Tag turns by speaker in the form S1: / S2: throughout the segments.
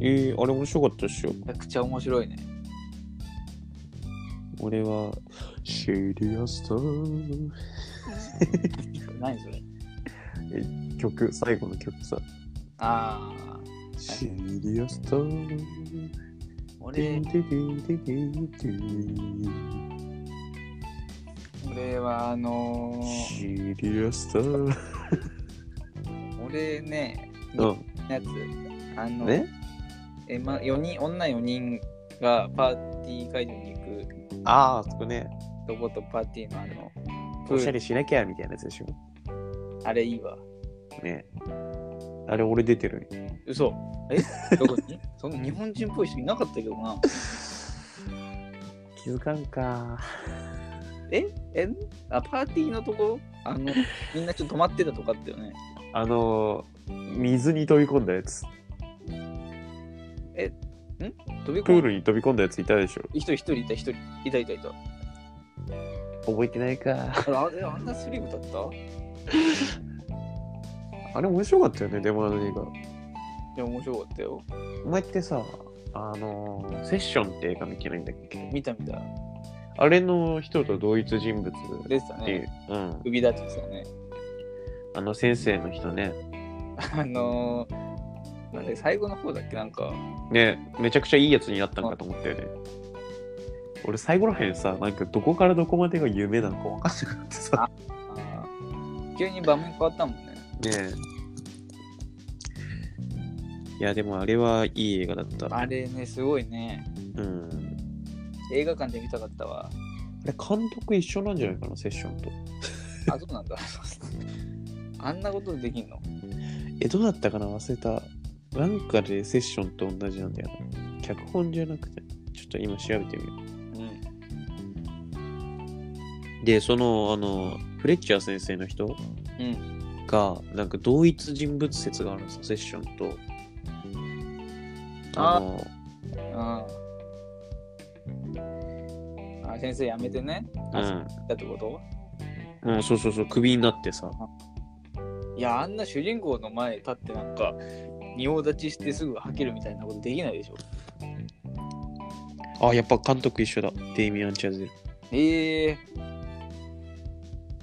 S1: えー、あれ面白かったっしょ。
S2: めちゃくちゃ面白いね。
S1: 俺は、シェリアスター。
S2: 何それ
S1: 曲、最後の曲さ。
S2: ああ、
S1: シェリアスター。
S2: 俺、俺はあのー、
S1: シリアスター。
S2: 俺ね、
S1: うん。
S2: やつ、あの、
S1: ね
S2: えま、四人女4人がパーティー会場に行く
S1: ああ、そこね。
S2: とことパーティーのあの、プ
S1: おしゃ
S2: ール
S1: れしなきゃみたいなやつでしょ。
S2: あれいいわ。
S1: ね。あれ、俺出てる。
S2: 嘘えどこに その日本人っぽい人いなかったけどな。
S1: 気づかんか。
S2: えあ、パーティーのとこあの、みんなちょっと止まってたとかあったよね。
S1: あのー、水に飛び込んだやつ。
S2: 飛び
S1: プー
S2: 込む
S1: ルに飛び込んだやついたでしょ。
S2: 一人一人いた一人いたいたいた。
S1: 覚えてないか。
S2: あれあれあんなスリムだった
S1: あれ面白かったよね、でもあの映画。
S2: いや、面白かったよ。
S1: お前ってさ、あのー、セッションって映画見てないんだっけ
S2: 見た見た。
S1: あれの人と同一人物っ
S2: でした
S1: てい
S2: ね。
S1: う。うん。
S2: 首立ちですよね。
S1: あの先生の人ね。
S2: あのー、なんで最後の方だっけなんか、
S1: ねめちゃくちゃいいやつになったのかと思ったよね。俺最後らへんさ、なんかどこからどこまでが夢なのか分かんなくなってさ。
S2: あー急に場面変わったも んね。
S1: ねいやでもあれはいい映画だった。
S2: あれね、すごいね。
S1: うん。
S2: 映画館で見たかったわ。
S1: あれ監督一緒なんじゃないかな、セッションと。
S2: あ、そうなんだ。 あんなことでできんの
S1: え、どうだったかな忘れた。なんかでセッションと同じなんだよな。脚本じゃなくて、ちょっと今調べてみよ
S2: うん。
S1: う。で、その、あの、フレッチャー先生の人
S2: うん。
S1: がなんか同一人物説があるんですよセッションと
S2: あ
S1: あの
S2: あーあ。先生やめてね。あだってこと
S1: うん、うん、そうそうそうクビになってさ
S2: いや、あんな主人公の前に立ってなんか、仁王立ちしてすぐ吐けるみたいなことできないでしょ。
S1: あやっぱ監督一緒だデイミアン・チャゼル
S2: ええ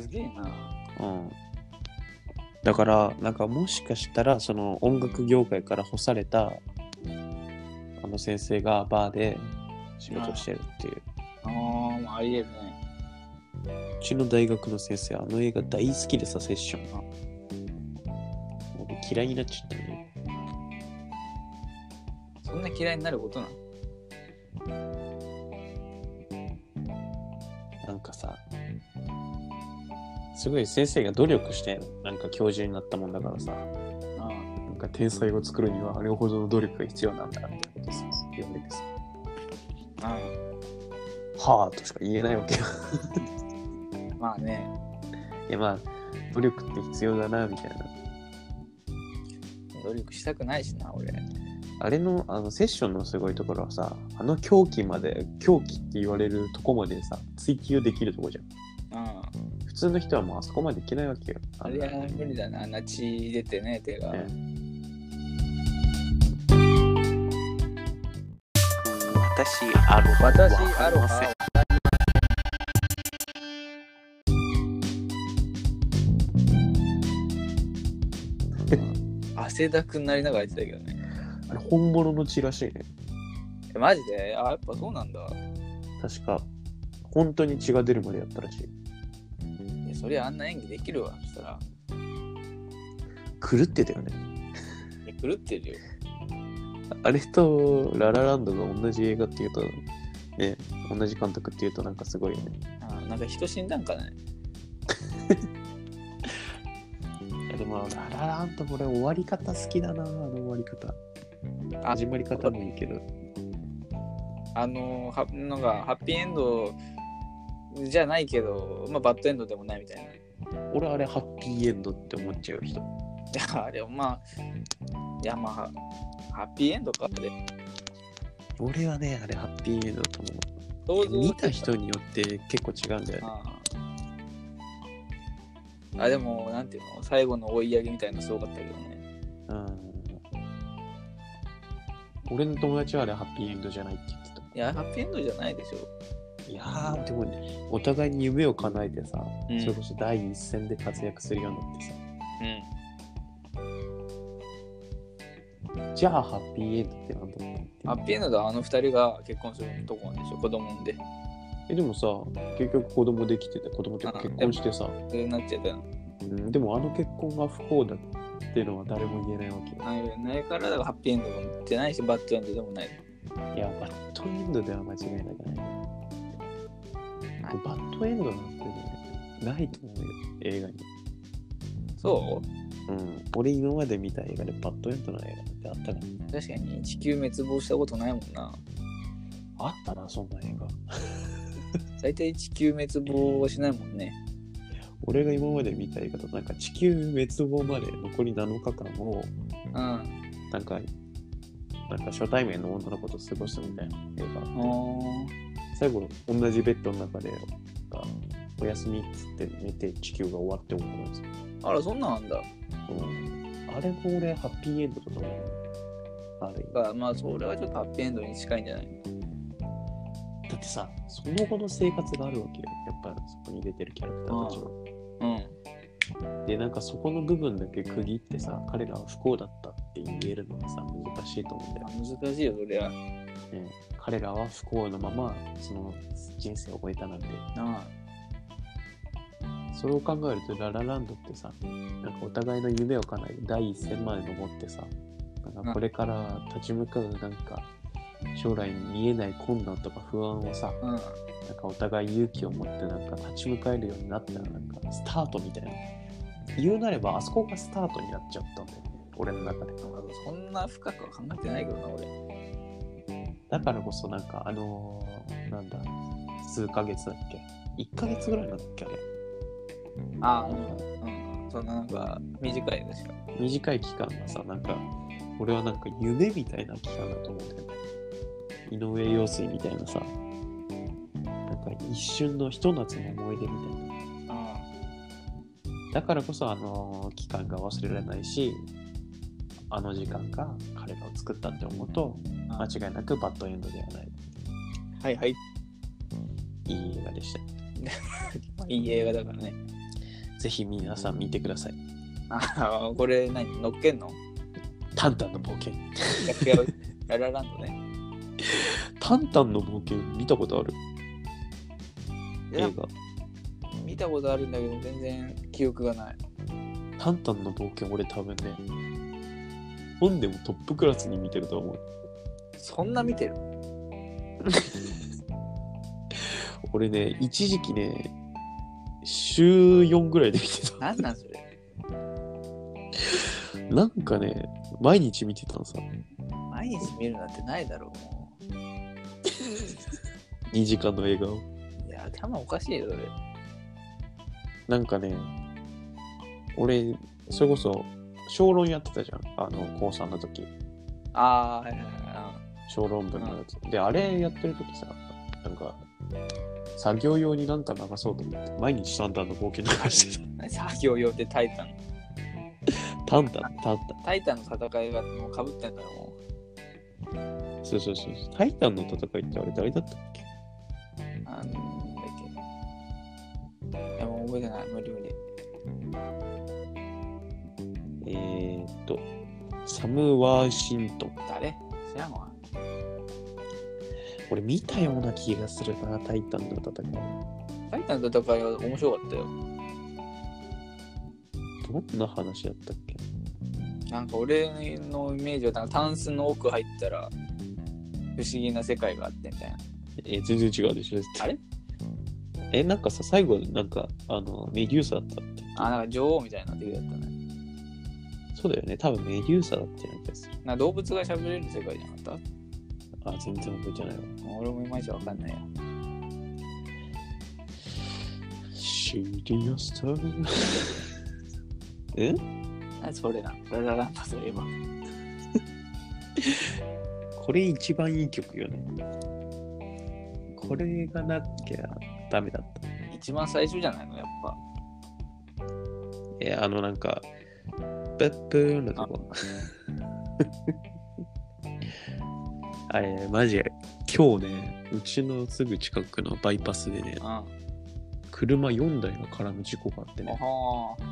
S2: すげえな。
S1: うんだからなんかもしかしたらその音楽業界から干されたあの先生がバーで仕事してるっていう
S2: あーありえるね。
S1: うちの大学の先生あの映画大好きでさセッションが俺嫌いになっちゃったね
S2: そんな嫌いになることなの
S1: なんかさ、すごい先生が努力して、なんか教授になったもんだからさ、
S2: あ
S1: なんか天才を作るにはあれほどの努力が必要なんだみたいなことをさ、言われてさ、
S2: ああ
S1: はぁとしか言えないわけよ。
S2: あまあね。
S1: いやまあ、努力って必要だな、みたいな。
S2: 努力したくないしな、俺。
S1: あれの、あの、セッションのすごいところはさ、あの狂気まで、狂気って言われるとこまでさ、追求できるとこじゃん。
S2: ああ
S1: 普通の人はもうあそこまでいけないわけよ。
S2: あれは無理だな、あんな血出てね、手が。
S1: え私、アロ
S2: 私、アロハ。 汗だくになりながら言ってたけどね。
S1: あれ本物の血らしいね。
S2: えマジであ、やっぱそうなんだ。
S1: 確か、本当に血が出るまでやったらしい。
S2: いやそりゃあんな演技できるわ、そしたら。
S1: 狂ってたよね。
S2: いや狂ってるよ。
S1: あれと、ララランドが同じ映画っていうと、ね、同じ監督っていうとなんかすごいよね。
S2: あなんか人死んだんかね。
S1: いやでも、ララランドこれ終わり方好きだな、あの終わり方。
S2: あ
S1: 始まり方もいいけど。
S2: あのはなんかハッピーエンドじゃないけど、まあ、バッドエンドでもないみたいな。い
S1: 俺あれハッピーエンドって思っちゃう人。
S2: や、あれはまあ、いやまあ、ハッピーエンドかって。
S1: 俺はね、あれハッピーエンドだと思う。
S2: 想像
S1: 見た人によって結構違うんだよね。
S2: あああ、でも、なんていうの、最後の追い上げみたいなのすごかったけどね。
S1: うん。俺の友達はあれハッピーエンドじゃないって言ってた。
S2: いや、ハッピーエンドじゃないでしょ。
S1: いやー、でもね、お互いに夢を叶えてさ、
S2: うん
S1: それこそ第一線で活躍するようになってさ、
S2: うん。
S1: じゃあハッピーエンドってなんだろうなって
S2: ハッピーエンドであの二人が結婚するとこなんでしょ、子供産んで。
S1: え、でもさ、結局子供できてて、子供っていうか
S2: あ
S1: 結婚してさ、
S2: そうなっちゃったら
S1: うん、でもあの結婚が不幸だっていうのは誰も言えないわけよ。
S2: ないないから、だからハッピーエンドもじゃないし、バッドエンドでもない。
S1: いや、バッドエンドでは間違いなくない。バッドエンドなんてね、ないと思うよ、映画に。
S2: そ
S1: うん、俺今まで見た映画でバッドエンドの映画ってあったか
S2: う確かに地球滅亡したことないもんな。
S1: なあったな、そんな映画。
S2: 大体地球滅亡はしないもんね。
S1: 俺が今まで見た映画だと、なんか地球滅亡まで残り7日間を、
S2: うん。あ
S1: なんか、なんか初対面の女の子と過ごすみたいな映画あって。
S2: ー
S1: 最後同じベッドの中であおやすみっつって寝て地球が終わって思うんですよ、
S2: あら、そんなんあんだ。
S1: うん、あれも俺ハッピーエンドだと思うあれ
S2: だからまあ、それはちょっとハッピーエンドに近いんじゃない
S1: だってさその後の生活があるわけよやっぱそこに出てるキャラクターたちは
S2: うん。
S1: でなんかそこの部分だけ区切ってさ彼らは不幸だったって言えるのがさ難しいと思うんだよ
S2: 難しいよ、そりゃ。
S1: ね彼らは不幸のままその人生を終えたなんて
S2: なあ。
S1: それを考えるとララランドってさなんかお互いの夢を叶える第一線まで登ってさなんかこれから立ち向かうなんか将来見えない困難とか不安をさ
S2: うん。
S1: なんかお互い勇気を持ってなんか立ち向かえるようになったらなんかスタートみたいな言うなればあそこがスタートになっちゃったんだよね俺の中で
S2: なんかそんな深くは考えてないけどな、俺。
S1: だからこそなんかあのーなんだ数ヶ月だっけ1ヶ月ぐらいなんだっけあれ
S2: ああ、うん。うん。そんななんか短いですよ。
S1: 短い期間がさなんか俺はなんか夢みたいな期間だと思うんだよね井上陽水みたいなさなんか一瞬のひと夏の思い出みたいな
S2: あ
S1: だからこそあの期間が忘れられないしあの時間が彼らを作ったって思うと間違いなくバッドエンドではない
S2: はいはい。
S1: いい映画でした
S2: いい映画だからね。
S1: ぜひ皆さん見てください
S2: ああ、これ何乗っけんの
S1: タンタンの冒険
S2: 違う。ララランドね。
S1: タンタンの冒険見たことある
S2: いや
S1: 映、画
S2: 見たことあるんだけど、全然記憶がない。
S1: タンタンの冒険俺多分ね本でもトップクラスに見てると思う
S2: そんな見てる
S1: 俺ね一時期ね週4ぐらいで見て
S2: なんなんそれ
S1: たなんかね毎日見てたのさ
S2: 毎日見るなんてないだろう、もう。
S1: 2時間の映画を
S2: いや、頭おかしいよ、それ。
S1: なんかね俺それこそ小論やってたじゃんあの高3の時
S2: ああー、はいはいは
S1: 小論文のやつであれやってる時さなんか作業用になんか流そうと思って毎日タンタンの冒険流して
S2: いはい。作業用でタイタン。
S1: たタンタンタンタン
S2: タイタンの戦いがもうかぶってんだよ、も
S1: そうそうそうそう。タイタンの戦いってあれ誰だったっけ
S2: う。あの、なんだっけ。いや、もう覚えてない。無理無理。
S1: えー、っと、サム・ワーシントン。
S2: 誰知らんわ。
S1: 俺見たような気がするな、タイタンの戦い。
S2: タイタンの戦いは面白かったよ。
S1: どんな話だったっけ
S2: なんか俺のイメージはなんかタンスの奥入ったら不思議な世界があってみたいな。
S1: えー全然違うでしょ。
S2: あれ
S1: え、なんかさ、最後、なんか、あの、メデューサだったって。
S2: あ、なんか女王みたいな敵だったね。
S1: そうだよね、多分メデューサだったような気がする。
S2: なんか動物が喋れる世界じゃなかっ
S1: あ、全然覚えてないわ。
S2: た俺もいまいちわかんないや。
S1: シーリアスタ ー。え
S2: あそれな。ララランドそういえば。
S1: これ一番いい曲よね。これがなきゃダメだった。
S2: 一番最初じゃないのやっぱ。
S1: えーあのなんか、ペップーのとこ。 あれ、マジ、今日ね、うちのすぐ近くのバイパスでね
S2: う、ん。あ
S1: 車4台が絡む事故があってね、
S2: はー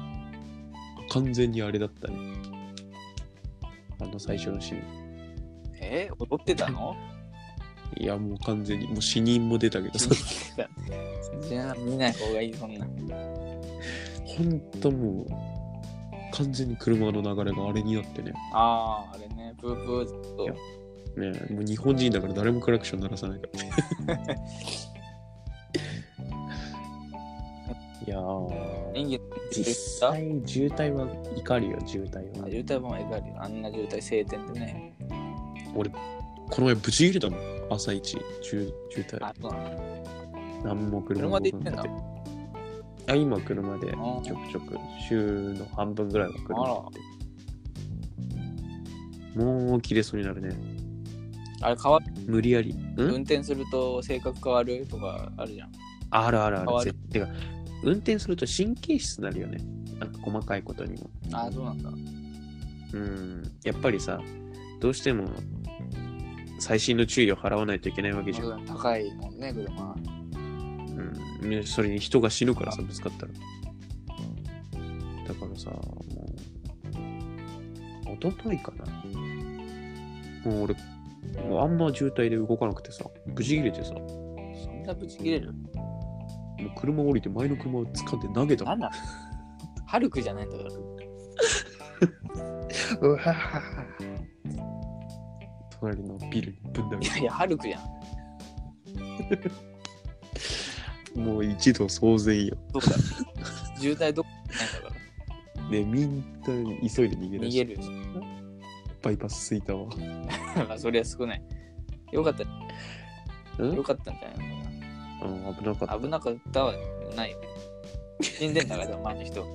S1: 完全にあれだったね。あの最初のシーン。
S2: えー、踊ってたの
S1: いや、もう完全に、もう死人も出たけ ど、その
S2: じゃあ見ない方がいいそんな。
S1: ほ んともう、完全に車の流れがあれになってね。
S2: ああ、あれね、ブーブーと。
S1: ねもう日本人だから誰もクラクション鳴らさないからね。 いやー、
S2: 演技
S1: 実
S2: した
S1: 際渋滞は怒るよ、渋滞は。
S2: 渋滞もえがるよ。あんな渋滞晴天でね。
S1: 俺、この前ブチ切れたもん、朝一、渋渋滞。
S2: あとは、
S1: 何も車
S2: 車で行ってんだ。
S1: あ、今車で
S2: あ
S1: ちょくちょく、週の半分ぐらいは車乗って。もう切れそうになるね。
S2: あれ変わる、
S1: 無理やり。
S2: 運
S1: ん
S2: 転すると性格変わるとかあるじゃん。
S1: あるあるあ
S2: 変わ
S1: る。
S2: る
S1: 絶てか、運転すると神経質になるよね。なんか細かいことにも。
S2: ああ、そうなんだ。
S1: うん、やっぱりさ、どうしても最新の注意を払わないといけないわけじゃん。
S2: 高いもんね、車。
S1: うんね、それに人が死ぬからさ、ぶつかったら。だからさ、もう、一昨日かな。もう俺、もうあんま渋滞で動かなくてさ、無事切れてさ、もう
S2: そんなぶち切れる
S1: 車降りて前の車を掴んで投げたも
S2: なん
S1: ん。
S2: だハルクじゃないんだから。
S1: うわぁ隣のビルにぶん投
S2: い
S1: げ
S2: やいや、ハルクじゃん。
S1: た。もう一度騒然よ。
S2: どうだ渋滞どこないんだから。
S1: ね、みんな急いで逃げ出
S2: 逃
S1: して
S2: げる。
S1: バイパスついたわ。
S2: まあそりゃ少ない。よかった、
S1: うん
S2: よかったんじゃないのか
S1: うん、危なかった
S2: な。。危なかったはない。死んでんだから、でも前の人。